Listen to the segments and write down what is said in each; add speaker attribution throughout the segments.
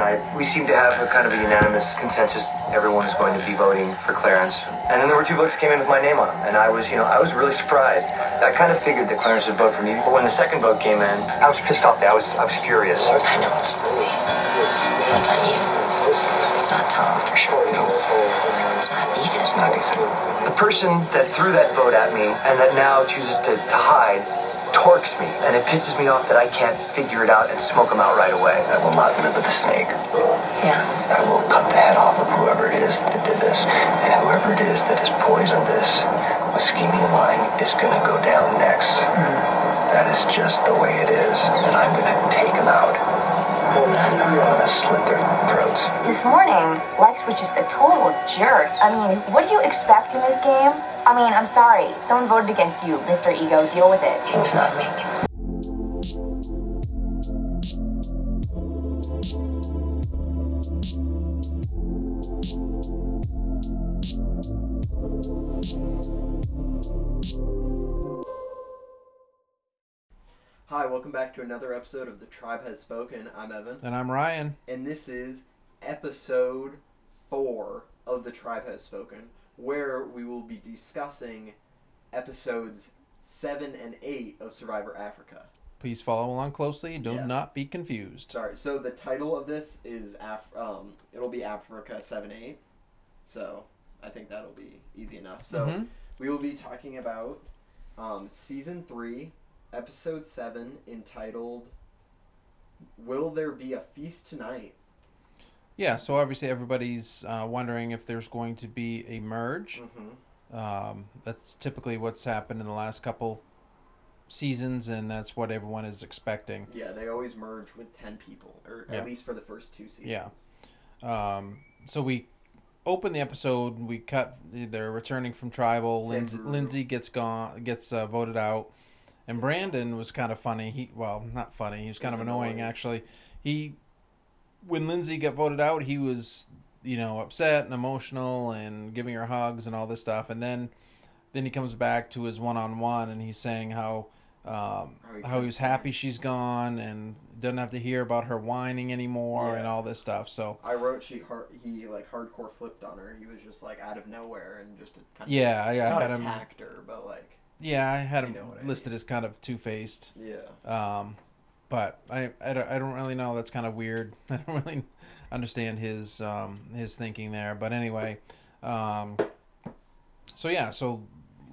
Speaker 1: side. We seem to have a kind of a unanimous consensus. Everyone is going to be voting for Clarence. And then there were two books that came in with my name on them, and I was, you know, I was really surprised. I kind of figured that Clarence would vote for me, but when the second vote came in, I was pissed off. I was, I was furious.
Speaker 2: I know it's Louis. It's not you. It's not Tom for sure. No. It's not Ethan. It's not Ethan.
Speaker 1: The person that threw that vote at me and that now chooses to, to hide torques me, and it pisses me off that I can't figure it out and smoke him out right away.
Speaker 3: I will not live with the snake.
Speaker 2: Yeah.
Speaker 3: I will cut the head off of whoever it is that did this. And whoever it is that has poisoned this with scheming lying is going to go down next. That is just the way it is. And I'm going to take them out. I'm going to slit their throats.
Speaker 4: This morning, Lex was just a total jerk. I mean, what do you expect in this game? I mean, I'm sorry. Someone voted against you. Lift their ego. Deal with it.
Speaker 2: It was not me.
Speaker 5: Hi, welcome back to another episode of The Tribe Has Spoken. I'm Evan,
Speaker 6: And I'm Ryan.
Speaker 5: and this is episode four of The Tribe Has Spoken, where we will be discussing episodes seven and eight of Survivor Africa.
Speaker 6: Please follow along closely. Do
Speaker 5: Yeah.
Speaker 6: not be confused.
Speaker 5: Sorry, so the title of this is Af- um, it'll be Africa seven eight, so I think that'll be easy enough. So
Speaker 6: Mhm.
Speaker 5: we will be talking about um, season three, episode seven, entitled "Will There Be a Feast Tonight?"
Speaker 6: Yeah, so obviously everybody's uh, wondering if there's going to be a merge. Um, that's typically what's happened in the last couple seasons, and that's what everyone is expecting.
Speaker 5: Yeah, they always merge with ten people, or
Speaker 6: Yeah.
Speaker 5: at least for the first two seasons.
Speaker 6: Yeah. Um, so we open the episode. We cut. They're returning from tribal. Lindsay,
Speaker 5: Several.
Speaker 6: Lindsay gets gone. Gets uh, voted out. And Brandon was kind of funny. He well, not funny. He was kind
Speaker 5: was
Speaker 6: of annoying,
Speaker 5: annoying.
Speaker 6: actually. He when Lindsay got voted out, he was you know upset and emotional and giving her hugs and all this stuff. And then then he comes back to his one on one and he's saying how. Um,
Speaker 5: he
Speaker 6: how he was
Speaker 5: couldn't stand
Speaker 6: happy she's gone and doesn't have to hear about her whining anymore and
Speaker 5: Yeah.
Speaker 6: all this stuff. So
Speaker 5: I wrote she hard, he like hardcore flipped on her. He was just like out of nowhere and just kind of
Speaker 6: Yeah, I, I
Speaker 5: not
Speaker 6: had him.
Speaker 5: attacked her, but like
Speaker 6: Yeah, I had him
Speaker 5: know what I
Speaker 6: listed as kind of two faced.
Speaker 5: yeah.
Speaker 6: Um, but I, I, don't, I don't really know. That's kind of weird. I don't really understand his um, his thinking there. But anyway, um, so yeah, so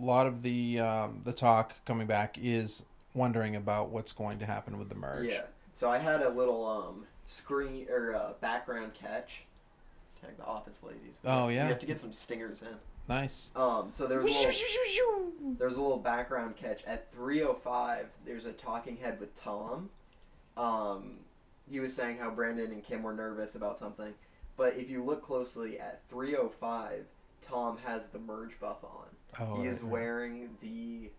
Speaker 6: a lot of the um, the talk coming back is wondering about what's going to happen with the merge.
Speaker 5: Yeah. So I had a little um screen or uh, background catch. Tag the office ladies.
Speaker 6: Oh, yeah.
Speaker 5: You have to get some stingers in.
Speaker 6: Nice.
Speaker 5: Um. So there was a little, there was a little background catch at 3:05. There's a talking head with Tom. Um, he was saying how Brandon and Kim were nervous about something, but if you look closely at 3:05, Tom has the merge buff on.
Speaker 6: Oh,
Speaker 5: he
Speaker 6: right,
Speaker 5: is
Speaker 6: right.
Speaker 5: wearing the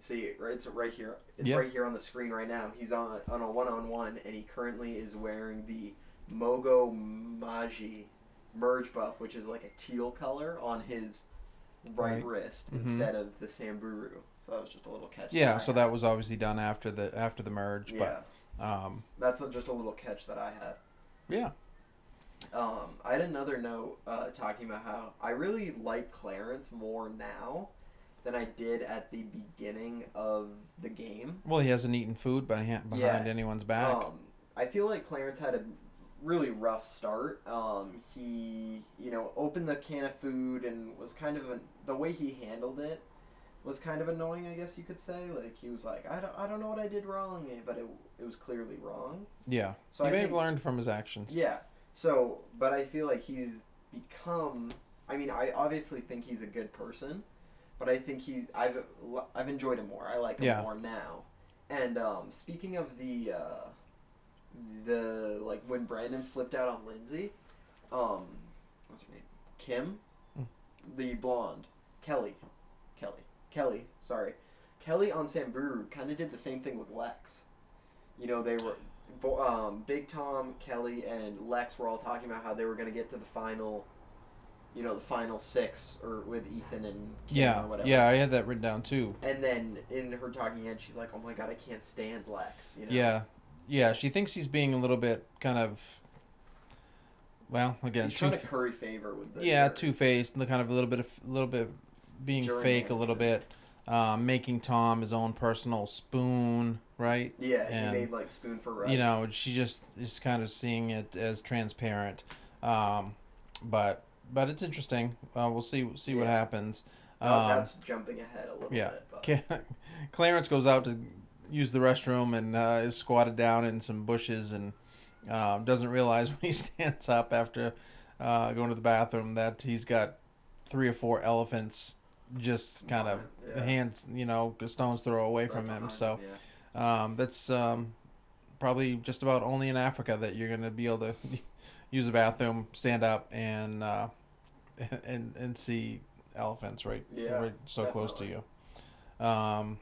Speaker 5: see it right- it's right here it's
Speaker 6: Yeah.
Speaker 5: right here on the screen right now he's on on a one-on-one and he currently is wearing the mogo maji merge buff which is like a teal color on his right,
Speaker 6: Right. Mm-hmm.
Speaker 5: wrist instead of the samburu so that was just a little catch
Speaker 6: Yeah.
Speaker 5: I
Speaker 6: So
Speaker 5: had.
Speaker 6: that was obviously done after the after the merge.
Speaker 5: yeah
Speaker 6: But um,
Speaker 5: that's a- just a little catch that i had
Speaker 6: yeah.
Speaker 5: Um, I had another note uh, talking about how I really like Clarence more now than I did at the beginning of the game.
Speaker 6: Well, he hasn't eaten food behind, behind
Speaker 5: Yeah.
Speaker 6: anyone's back.
Speaker 5: Um, I feel like Clarence had a really rough start. Um, he, you know, opened the can of food and was kind of an, the way he handled it was kind of annoying. I guess you could say like he was like I don't, I don't know what I did wrong, eh, but it it was clearly wrong.
Speaker 6: yeah.
Speaker 5: so
Speaker 6: he
Speaker 5: I
Speaker 6: may have
Speaker 5: think-
Speaker 6: learned from his actions.
Speaker 5: Yeah. So, but I feel like he's become. I mean, I obviously think he's a good person, but I think he's. I've I've enjoyed him more. I like him
Speaker 6: Yeah.
Speaker 5: more now. And um, speaking of the uh, the like when Brandon flipped out on Lindsay, um, what's her name? Kim, the blonde Kelly, Kelly, Kelly. Sorry, Kelly on Samburu kind of did the same thing with Lex. You know, they were bo- um, Big Tom, Kelly, and Lex were all talking about how they were going to get to the final, you know, the final six or with Ethan and Kim
Speaker 6: Yeah,
Speaker 5: or whatever.
Speaker 6: yeah, I had that written down too.
Speaker 5: And then in her talking head, she's like, "Oh my god, I can't stand Lex." You know.
Speaker 6: Yeah, yeah, she thinks he's being a little bit kind of Well, again,
Speaker 5: He's
Speaker 6: two,
Speaker 5: trying to curry favor with the
Speaker 6: yeah,
Speaker 5: jury.
Speaker 6: two faced, and the kind of a little bit of little bit being
Speaker 5: Jury
Speaker 6: fake a little bit, um, making Tom his own personal spoon, right?
Speaker 5: Yeah,
Speaker 6: and
Speaker 5: he made like spoon for rice.
Speaker 6: you know she just is kind of seeing it as transparent, um, but but it's interesting. Uh, we'll see see what
Speaker 5: Yeah. Oh,
Speaker 6: happens. Um,
Speaker 5: Well, that's jumping ahead a little
Speaker 6: yeah,
Speaker 5: bit. But
Speaker 6: Ca- Clarence goes out to use the restroom and uh, is squatted down in some bushes and um, doesn't realize when he stands up after uh, going to the bathroom that he's got three or four elephants just kind of
Speaker 5: Yeah.
Speaker 6: hands, you know, a stone's throw away
Speaker 5: right
Speaker 6: from him.
Speaker 5: behind
Speaker 6: So
Speaker 5: yeah.
Speaker 6: um, that's um, probably just about only in Africa that you're going to be able to use a bathroom, stand up, and uh, and and see elephants right,
Speaker 5: Yeah,
Speaker 6: right so close to
Speaker 5: definitely.
Speaker 6: you. Um,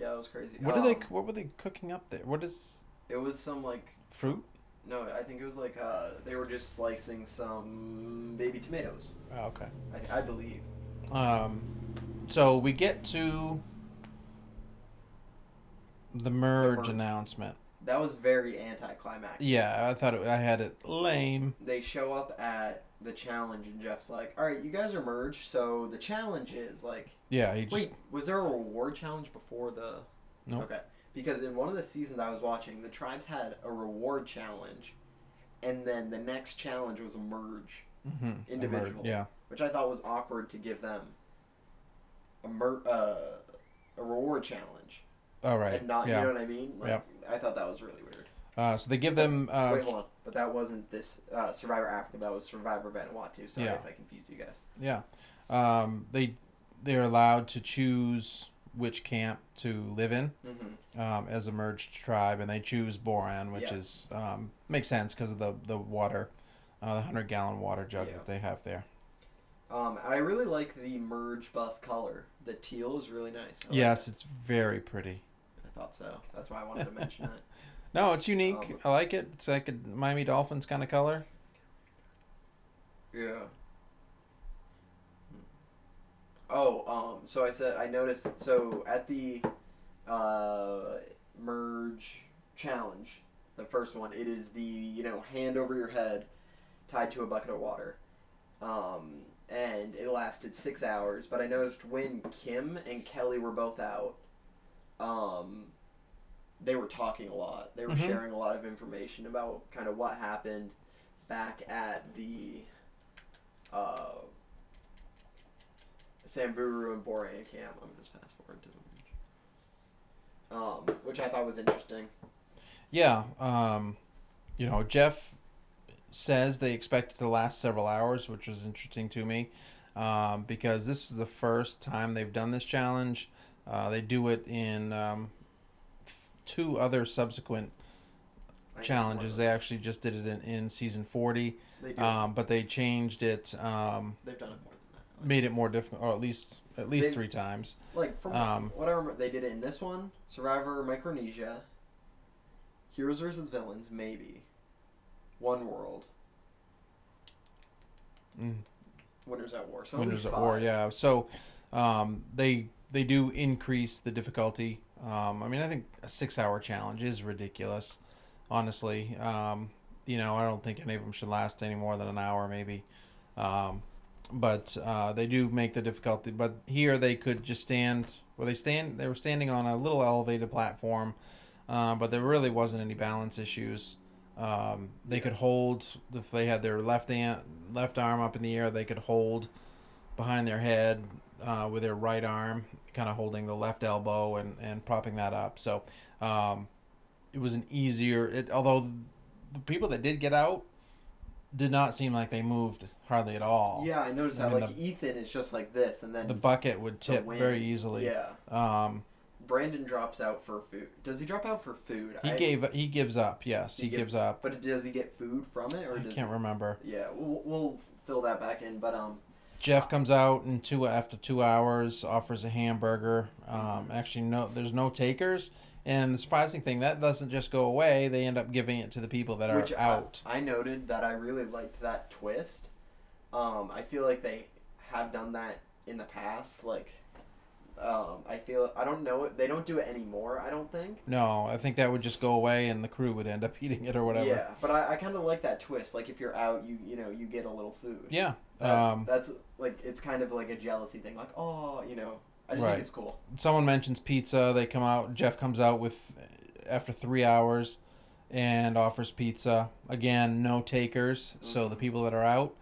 Speaker 5: yeah, that was crazy.
Speaker 6: what are they?
Speaker 5: Um,
Speaker 6: What were they cooking up there? What is
Speaker 5: It was some like
Speaker 6: fruit?
Speaker 5: no, I think it was like uh, they were just slicing some baby tomatoes.
Speaker 6: Oh, okay.
Speaker 5: I, I believe.
Speaker 6: Um, so we get to the merge
Speaker 5: merge.
Speaker 6: announcement.
Speaker 5: That was very anticlimactic.
Speaker 6: Yeah, I thought it, I had it lame.
Speaker 5: They show up at the challenge, and Jeff's like, "All right, you guys are merged, so the challenge is like."
Speaker 6: Yeah, he just
Speaker 5: Wait, was there a reward challenge before the?
Speaker 6: No.
Speaker 5: Okay, because in one of the seasons I was watching, the tribes had a reward challenge, and then the next challenge was a merge,
Speaker 6: mhm,
Speaker 5: Individual.
Speaker 6: merge, Yeah,
Speaker 5: which I thought was awkward to give them a mer uh, a reward challenge
Speaker 6: all right.
Speaker 5: and not
Speaker 6: yeah.
Speaker 5: you know what I mean. Like,
Speaker 6: Yep.
Speaker 5: I thought that was really weird.
Speaker 6: Uh, so they give them. Uh,
Speaker 5: Wait, hold on, but that wasn't this uh, Survivor Africa. That was Survivor Vanuatu. Sorry
Speaker 6: Yeah.
Speaker 5: if I confused you guys.
Speaker 6: Yeah, um, they they're allowed to choose which camp to live in
Speaker 5: Mhm.
Speaker 6: um, as a merged tribe, and they choose Boran, which
Speaker 5: Yeah.
Speaker 6: is um, makes sense because of the the water, uh, the hundred gallon water jug
Speaker 5: Yeah.
Speaker 6: that they have there.
Speaker 5: Um, I really like the merge buff color. The teal is really nice. I like
Speaker 6: yes, it's very pretty.
Speaker 5: I thought so. That's why I wanted to mention it.
Speaker 6: No, it's unique.
Speaker 5: Um,
Speaker 6: I like it. It's like a Miami Dolphins kind of color.
Speaker 5: Yeah. Oh, um, so I said I noticed so at the uh merge challenge, the first one, it is the, you know, hand over your head tied to a bucket of water. Um and it lasted six hours, but I noticed when Kim and Kelly were both out, um, they were talking a lot. They were
Speaker 6: Mhm.
Speaker 5: sharing a lot of information about kind of what happened back at the uh, Samburu and Boran camp. I'm just fast forward to the um, which I thought was interesting.
Speaker 6: Yeah, um, you know, Jeff says they expect it to last several hours, which was interesting to me um, because this is the first time they've done this challenge. Uh, they do it in um, f- two other subsequent
Speaker 5: I guess
Speaker 6: challenges.
Speaker 5: one
Speaker 6: They actually just did it in, in season 40,
Speaker 5: of them. They do.
Speaker 6: um, but they changed it, um,
Speaker 5: They've done it more than that.
Speaker 6: made it more difficult, or at least at least
Speaker 5: They-
Speaker 6: three times.
Speaker 5: Like from
Speaker 6: Um,
Speaker 5: what I remember, they did it in this one, Survivor Micronesia, Heroes versus Villains, maybe, One World,
Speaker 6: Mm.
Speaker 5: Winners at War. So
Speaker 6: Windows
Speaker 5: at
Speaker 6: at War, yeah. So um, they they do increase the difficulty. Um, I mean, I think a six-hour challenge is ridiculous, honestly. Um, you know, I don't think any of them should last any more than an hour, maybe. Um, but uh, they do make the difficulty. But here they could just stand. Well, they stand. They were standing on a little elevated platform, uh, but there really wasn't any balance issues. Um, they could hold if they had their left hand, left arm up in the air. They could hold behind their head uh, with their right arm, kind of holding the left elbow and, and propping that up. So um, it was an easier. It, although the people that did get out did not seem like they moved hardly at all.
Speaker 5: Yeah, I noticed
Speaker 6: I
Speaker 5: that.
Speaker 6: mean,
Speaker 5: like Ethan is just like this, and then
Speaker 6: The bucket would
Speaker 5: the
Speaker 6: tip
Speaker 5: wind.
Speaker 6: very easily.
Speaker 5: Yeah,
Speaker 6: Um,
Speaker 5: Brandon drops out for food. Does he drop out for food?
Speaker 6: he
Speaker 5: I-
Speaker 6: gave. He gives up. Yes, he,
Speaker 5: He give-
Speaker 6: gives up.
Speaker 5: But does he get food from it, or
Speaker 6: I
Speaker 5: does?
Speaker 6: can't remember.
Speaker 5: Yeah, we'll, we'll fill that back in. But um,
Speaker 6: Jeff comes out in two after two hours, offers a hamburger. Um, Actually, no, there's no takers. And the surprising thing that doesn't just go away; they end up giving it to the people that are
Speaker 5: which I-
Speaker 6: out.
Speaker 5: I, noted that I really liked that twist. Um, I feel like they have done that in the past, like Um, I feel I don't know it. They don't do it anymore. I don't think.
Speaker 6: No, I think that would just go away and the crew would end up eating it or whatever.
Speaker 5: Yeah, but I, I kind of like that twist. Like if you're out, you you know you get a little food.
Speaker 6: Yeah,
Speaker 5: That-
Speaker 6: um,
Speaker 5: that's like it's kind of like a jealousy thing. Like oh, you know, I just
Speaker 6: Right.
Speaker 5: think it's cool.
Speaker 6: someone mentions pizza. They come out. Jeff comes out with uh, after three hours and offers pizza. Again, no takers. So the people that are out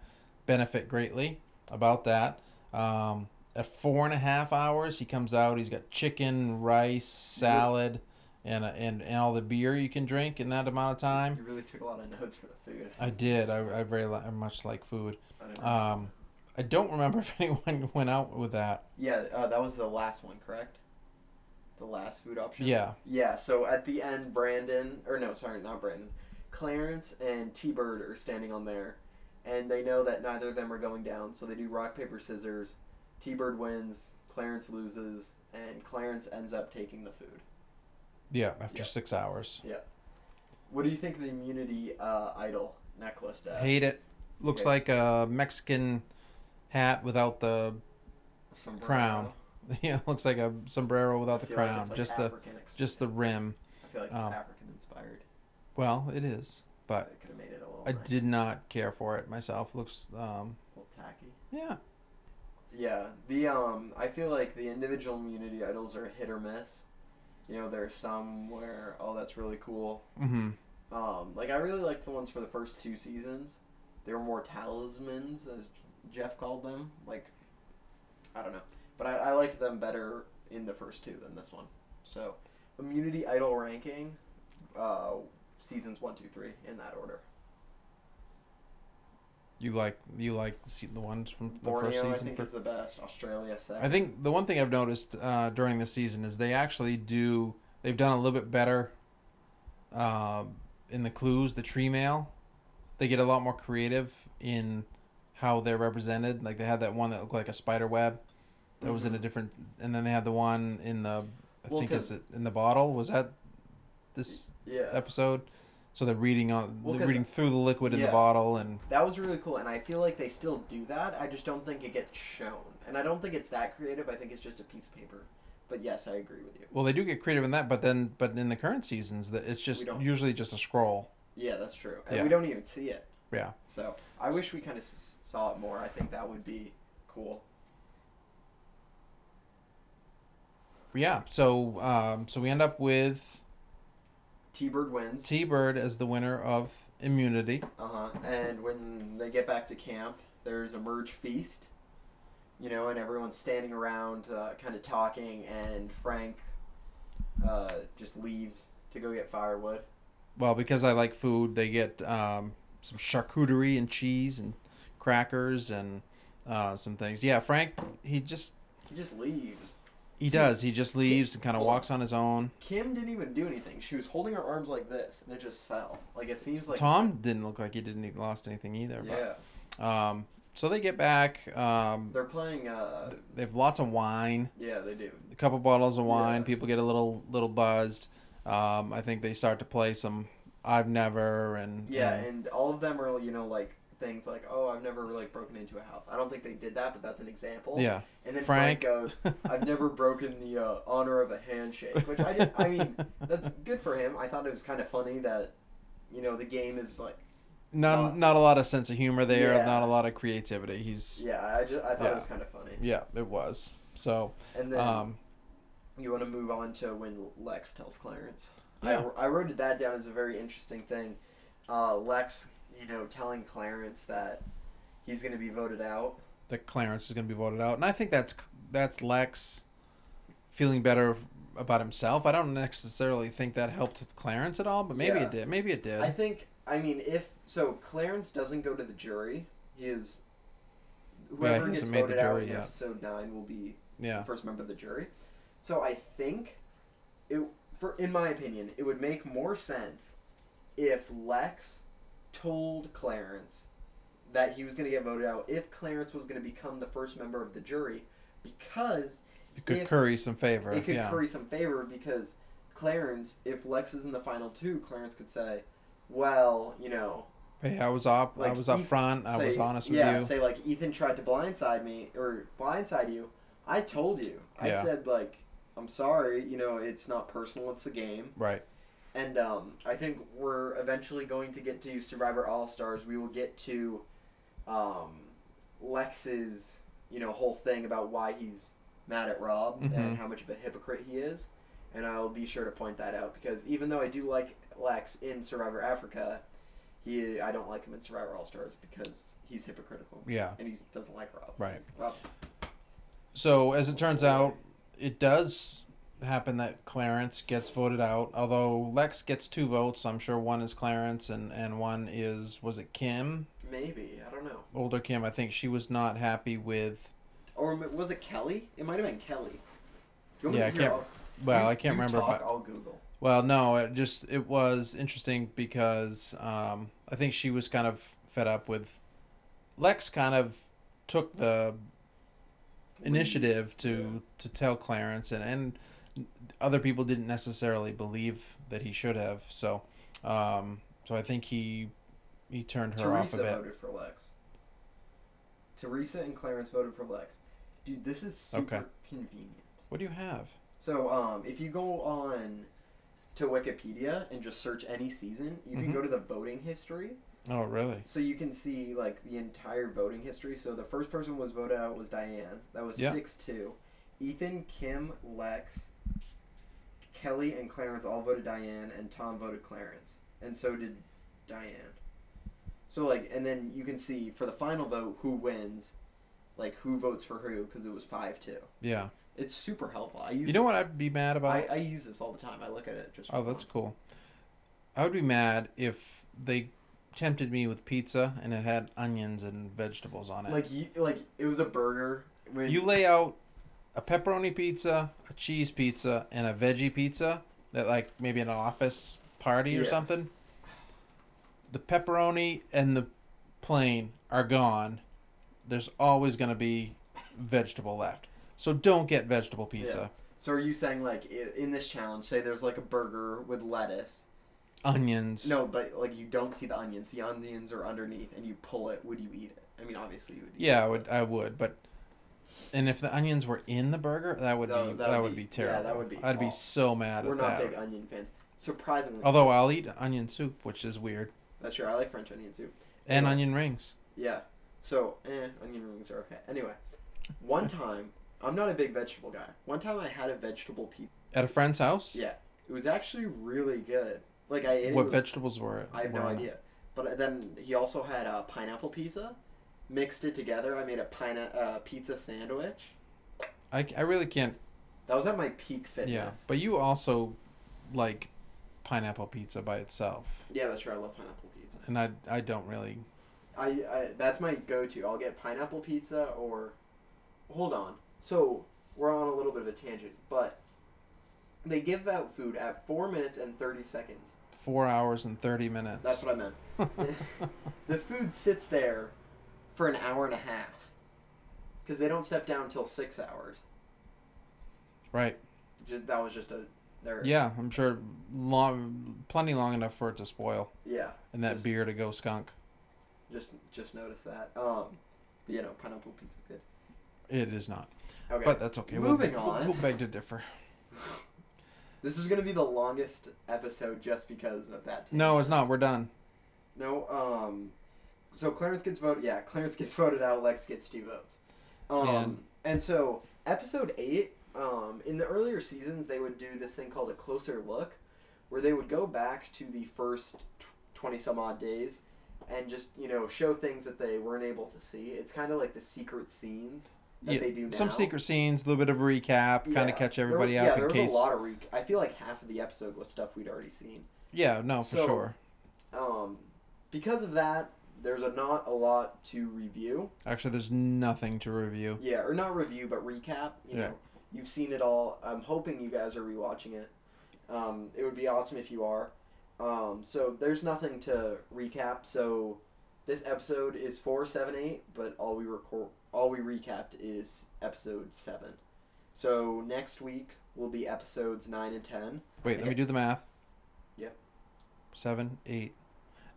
Speaker 6: benefit greatly about that. Um, at four and a half hours, he comes out. He's got chicken, rice, salad, and, uh, and and all the beer you can drink in that amount of time.
Speaker 5: You really took a lot of notes for the food.
Speaker 6: I did. I, I very li- I much like food.
Speaker 5: I don't know.
Speaker 6: Um, I don't remember if anyone went out with that.
Speaker 5: yeah, uh, that was the last one, correct? The last food option.
Speaker 6: Yeah.
Speaker 5: Yeah. So at the end, Brandon or no, sorry, not Brandon. Clarence and T Bird are standing on there, and they know that neither of them are going down, so they do rock paper scissors. T Bird wins. Clarence loses, and Clarence ends up taking the food.
Speaker 6: Yeah, after
Speaker 5: Yeah.
Speaker 6: six hours.
Speaker 5: What do you think of the immunity uh, idol necklace does?
Speaker 6: Hate it. Looks
Speaker 5: Okay.
Speaker 6: like a Mexican hat without the
Speaker 5: Sombrero.
Speaker 6: crown. Yeah, looks like a sombrero without the
Speaker 5: I feel like
Speaker 6: crown.
Speaker 5: it's, like,
Speaker 6: just
Speaker 5: African ex-
Speaker 6: the just the rim.
Speaker 5: I feel like it's
Speaker 6: um,
Speaker 5: African inspired.
Speaker 6: Well, it is,
Speaker 5: I
Speaker 6: but
Speaker 5: could have made it a little.
Speaker 6: I
Speaker 5: nice,
Speaker 6: did not care for it myself. Looks um
Speaker 5: a little tacky.
Speaker 6: yeah.
Speaker 5: Yeah, the um, I feel like the individual immunity idols are hit or miss. You know, there are some where oh, that's really cool.
Speaker 6: Mm-hmm.
Speaker 5: Um, like I really liked the ones for the first two seasons. They were more talismans, as Jeff called them. Like, I don't know, but I, I liked them better in the first two than this one. So, immunity idol ranking, uh, seasons one, two, three in that order.
Speaker 6: You like you like see the ones from the
Speaker 5: Borneo,
Speaker 6: first season.
Speaker 5: I think,
Speaker 6: for-
Speaker 5: is the best. Australia second.
Speaker 6: I think the one thing I've noticed uh, during this season is they actually do. They've done a little bit better um in the clues, the tree mail. They get a lot more creative in how they're represented. Like they had that one that looked like a spider web, that was in a different, and then they had the one in the. I
Speaker 5: Mm-hmm. Well,
Speaker 6: think is
Speaker 5: 'cause-
Speaker 6: it in the bottle? Was that this
Speaker 5: yeah.
Speaker 6: episode? So they're reading on,
Speaker 5: Well,
Speaker 6: they're
Speaker 5: 'cause-
Speaker 6: reading through the liquid in
Speaker 5: yeah.
Speaker 6: the bottle, and
Speaker 5: That was really cool, and I feel like they still do that. I just don't think it gets shown, and I don't think it's that creative. I think it's just a piece of paper. But yes, I agree with you.
Speaker 6: well, they do get creative in that. But then, but in the current seasons, that it's just
Speaker 5: don't-
Speaker 6: usually just a scroll.
Speaker 5: Yeah, that's true, and
Speaker 6: Yeah.
Speaker 5: we don't even see it.
Speaker 6: Yeah.
Speaker 5: So I wish we kind of s- saw it more. I think that would be cool.
Speaker 6: Yeah, so um, so we end up with
Speaker 5: T Bird wins.
Speaker 6: T Bird as the winner of immunity.
Speaker 5: uh huh. And when they get back to camp, there's a merge feast. You know, and everyone's standing around, uh, kind of talking, and Frank uh, just leaves to go get firewood.
Speaker 6: Well, because I like food, they get um, some charcuterie and cheese and crackers and uh, some things. Yeah, Frank, he just
Speaker 5: He just leaves.
Speaker 6: he does. He just leaves and kind of walks on his own.
Speaker 5: Kim didn't even do anything. She was holding her arms like this, and it just fell. Like it seems like
Speaker 6: Tom didn't look like he didn't eat, lost anything either.
Speaker 5: Yeah,
Speaker 6: But, um, so they get back. Um,
Speaker 5: they're playing. Uh,
Speaker 6: they have lots of wine.
Speaker 5: yeah, they do.
Speaker 6: a couple bottles of wine.
Speaker 5: Yeah.
Speaker 6: People get a little little buzzed. Um, I think they start to play some "I've Never" and
Speaker 5: Yeah,
Speaker 6: and-
Speaker 5: and all of them are you know like things like oh I've never like broken into a house. I don't think they did that, but that's an example.
Speaker 6: yeah.
Speaker 5: And then Frank,
Speaker 6: Frank.
Speaker 5: goes, I've never broken the uh, honor of a handshake, which I did. I mean, that's good for him. I thought it was kind of funny that you know the game is like
Speaker 6: Not,
Speaker 5: not-
Speaker 6: not a lot of sense of humor there.
Speaker 5: Yeah.
Speaker 6: Not a lot of creativity. He's yeah,
Speaker 5: yeah. I just I thought it
Speaker 6: Yeah.
Speaker 5: was kind of funny.
Speaker 6: it was so.
Speaker 5: And then
Speaker 6: Um,
Speaker 5: You want to move on to when Lex tells Clarence.
Speaker 6: Yeah.
Speaker 5: I, I wrote it that down as a very interesting thing. Uh, Lex, you know, telling Clarence that he's going to be voted out.
Speaker 6: that Clarence is going to be voted out, and I think that's that's Lex feeling better about himself. I don't necessarily think that helped with Clarence at all, but maybe
Speaker 5: Yeah.
Speaker 6: it did. Maybe it did.
Speaker 5: I think, I mean, if so, Clarence doesn't go to the jury. He is whoever
Speaker 6: he
Speaker 5: gets
Speaker 6: hasn't made the
Speaker 5: voted out
Speaker 6: jury
Speaker 5: in
Speaker 6: yet.
Speaker 5: episode nine will be
Speaker 6: yeah,
Speaker 5: the first member of the jury. So I think it for in my opinion, it would make more sense if Lex told Clarence that he was going to get voted out if Clarence was going to become the first member of the jury because
Speaker 6: it could
Speaker 5: if-
Speaker 6: curry some favor.
Speaker 5: it could
Speaker 6: yeah,
Speaker 5: curry some favor because Clarence, if Lex is in the final two, Clarence could say, "Well, you know,
Speaker 6: hey, I was up. I
Speaker 5: like,
Speaker 6: was up
Speaker 5: Eth-
Speaker 6: front. I was
Speaker 5: say-
Speaker 6: honest with
Speaker 5: yeah,
Speaker 6: you.
Speaker 5: say like Ethan tried to blindside me or blindside you. I told you. I
Speaker 6: Yeah.
Speaker 5: said like, I'm sorry. You know, it's not personal. It's the game.
Speaker 6: Right.
Speaker 5: And um, I think we're eventually going to get to Survivor All Stars. We will get to um, Lex's, you know, whole thing about why he's mad at Rob
Speaker 6: Mhm.
Speaker 5: and how much of a hypocrite he is. And I'll be sure to point that out because even though I do like Lex in Survivor Africa, he I don't like him in Survivor All Stars because he's hypocritical.
Speaker 6: Yeah.
Speaker 5: And he doesn't like Rob.
Speaker 6: Right.
Speaker 5: Rob
Speaker 6: So as it turns out, it does happen that Clarence gets voted out. Although Lex gets two votes, I'm sure one is Clarence and and one is was it Kim,
Speaker 5: maybe I don't know.
Speaker 6: older Kim. I think she was not happy with.
Speaker 5: Or m- was it Kelly? It might have been Kelly. Do you want me
Speaker 6: Yeah, I
Speaker 5: to hear
Speaker 6: can't.
Speaker 5: all-
Speaker 6: Well,
Speaker 5: You-
Speaker 6: I can't
Speaker 5: you
Speaker 6: remember,
Speaker 5: talk,
Speaker 6: but
Speaker 5: I'll Google.
Speaker 6: Well, no, it just it was interesting because um, I think she was kind of fed up with Lex. Kind of took the initiative to to tell Clarence, and and other people didn't necessarily believe that he should have. So, um, so I think he he turned her off
Speaker 5: Teresa
Speaker 6: a bit.
Speaker 5: voted for Lex. Teresa and Clarence voted for Lex. Dude, this is super
Speaker 6: Okay.
Speaker 5: convenient.
Speaker 6: What do you have?
Speaker 5: So, um, if you go on to Wikipedia and just search any season, you can
Speaker 6: Mhm.
Speaker 5: go to the voting history.
Speaker 6: Oh, really?
Speaker 5: So you can see like the entire voting history. So the first person was voted out was Diane. That was
Speaker 6: Yeah.
Speaker 5: six two. Ethan, Kim, Lex, Kelly, and Clarence all voted Diane, and Tom voted Clarence, and so did Diane. So like, and then you can see for the final vote who wins, like who votes for who, because it was five two.
Speaker 6: Yeah.
Speaker 5: It's super helpful. I use
Speaker 6: You know what I'd be mad about?
Speaker 5: I, I use this all the time. I look at it just. for
Speaker 6: Oh, that's
Speaker 5: fun.
Speaker 6: cool. I would be mad if they tempted me with pizza and it had onions and vegetables on it.
Speaker 5: Like you, like it was a burger. When
Speaker 6: you lay out a pepperoni pizza, a cheese pizza, and a veggie pizza that like maybe an office party or
Speaker 5: Yeah.
Speaker 6: something. The pepperoni and the plain are gone. There's always going to be vegetable left. So don't get vegetable pizza.
Speaker 5: So are you saying like i- in this challenge, say there's like a burger with lettuce?
Speaker 6: Onions.
Speaker 5: No, but like you don't see the onions. The onions are underneath, and you pull it. Would you eat it? I mean, obviously you would. Eat
Speaker 6: Yeah,
Speaker 5: it,
Speaker 6: I would. I would, but and if the onions were in the burger, that would
Speaker 5: No,
Speaker 6: be that, would be, terrible.
Speaker 5: yeah, that would be
Speaker 6: I'd be
Speaker 5: awful.
Speaker 6: so mad
Speaker 5: but We're
Speaker 6: at
Speaker 5: not
Speaker 6: that.
Speaker 5: big onion fans, surprisingly.
Speaker 6: Although I'll eat onion soup, which is weird,
Speaker 5: that's true. I like French onion soup.
Speaker 6: and
Speaker 5: Yeah.
Speaker 6: onion rings.
Speaker 5: Yeah. So eh, onion rings are okay. Anyway, one time I'm not a big vegetable guy. One time I had a vegetable pizza.
Speaker 6: At a friend's house.
Speaker 5: Yeah, it was actually really good. Like I ate
Speaker 6: What
Speaker 5: it was,
Speaker 6: vegetables were it?
Speaker 5: I have
Speaker 6: were
Speaker 5: no
Speaker 6: on it?
Speaker 5: idea. But then he also had a pineapple pizza, mixed it together. I made a pine uh, pizza sandwich.
Speaker 6: I, I really can't.
Speaker 5: That was at my peak fitness.
Speaker 6: Yeah, but you also like pineapple pizza by itself,
Speaker 5: Yeah, that's right. I love pineapple pizza.
Speaker 6: and I I don't really.
Speaker 5: I, I that's my go-to. I'll get pineapple pizza or hold on. So we're on a little bit of a tangent, but they give out food at four minutes and thirty seconds.
Speaker 6: Four hours and thirty minutes.
Speaker 5: That's what I meant. the food sits there for an hour and a half because they don't step down until six hours.
Speaker 6: right.
Speaker 5: Ju- That was just a their
Speaker 6: Yeah, I'm sure long, plenty long enough for it to spoil,
Speaker 5: yeah.
Speaker 6: and that
Speaker 5: just,
Speaker 6: beer to go skunk.
Speaker 5: just just noticed that. Um, but you know, pineapple pizza's good.
Speaker 6: It is not.
Speaker 5: Okay,
Speaker 6: But that's okay.
Speaker 5: Moving
Speaker 6: we'll,
Speaker 5: on.
Speaker 6: We'll beg to differ.
Speaker 5: This is gonna be the longest episode just because of that. tangent.
Speaker 6: No, it's not. We're done.
Speaker 5: No. Um. So Clarence gets voted. Yeah, Clarence gets voted out. Lex gets two votes. Um.
Speaker 6: Man.
Speaker 5: And so episode eight. Um. In the earlier seasons, they would do this thing called a closer look, where they would go back to the first twenty some odd days, and just you know show things that they weren't able to see. It's kind of like the secret scenes that
Speaker 6: Yeah,
Speaker 5: they do now.
Speaker 6: some secret scenes, a little bit of recap, kind
Speaker 5: Yeah,
Speaker 6: of catch
Speaker 5: there
Speaker 6: everybody
Speaker 5: was-
Speaker 6: out
Speaker 5: yeah,
Speaker 6: in
Speaker 5: there was
Speaker 6: case.
Speaker 5: a lot of. Re- I feel like half of the episode was stuff we'd already seen.
Speaker 6: Yeah, no, for
Speaker 5: So-
Speaker 6: sure.
Speaker 5: Um, because of that, there's a not a lot to review.
Speaker 6: Actually, there's nothing to review.
Speaker 5: Yeah, or not review, but recap. You
Speaker 6: Yeah.
Speaker 5: know, you've seen it all. I'm hoping you guys are rewatching it. Um, it would be awesome if you are. Um, so there's nothing to recap. So this episode is four, seven, eight, but all we record, all we recapped is episode seven. So next week will be episodes nine and ten.
Speaker 6: Wait, let me do the math.
Speaker 5: Yep.
Speaker 6: Seven, eight,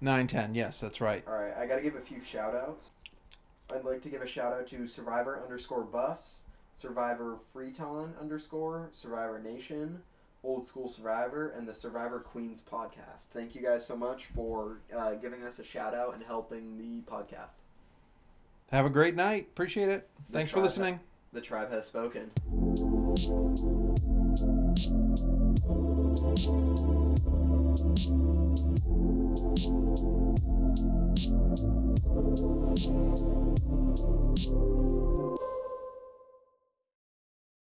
Speaker 6: nine, ten. Yes, that's right.
Speaker 5: All right, I gotta give a few shout outs. I'd like to give a shout out to Survivor underscore Buffs, Survivor Freetown underscore, Survivor Nation, Old School Survivor, and the Survivor Queens podcast. Thank you guys so much for uh, giving us a shout out and helping the podcast.
Speaker 6: Have a great night. Appreciate it.
Speaker 5: The
Speaker 6: Thanks for
Speaker 5: tribe-
Speaker 6: listening.
Speaker 5: The tribe has spoken.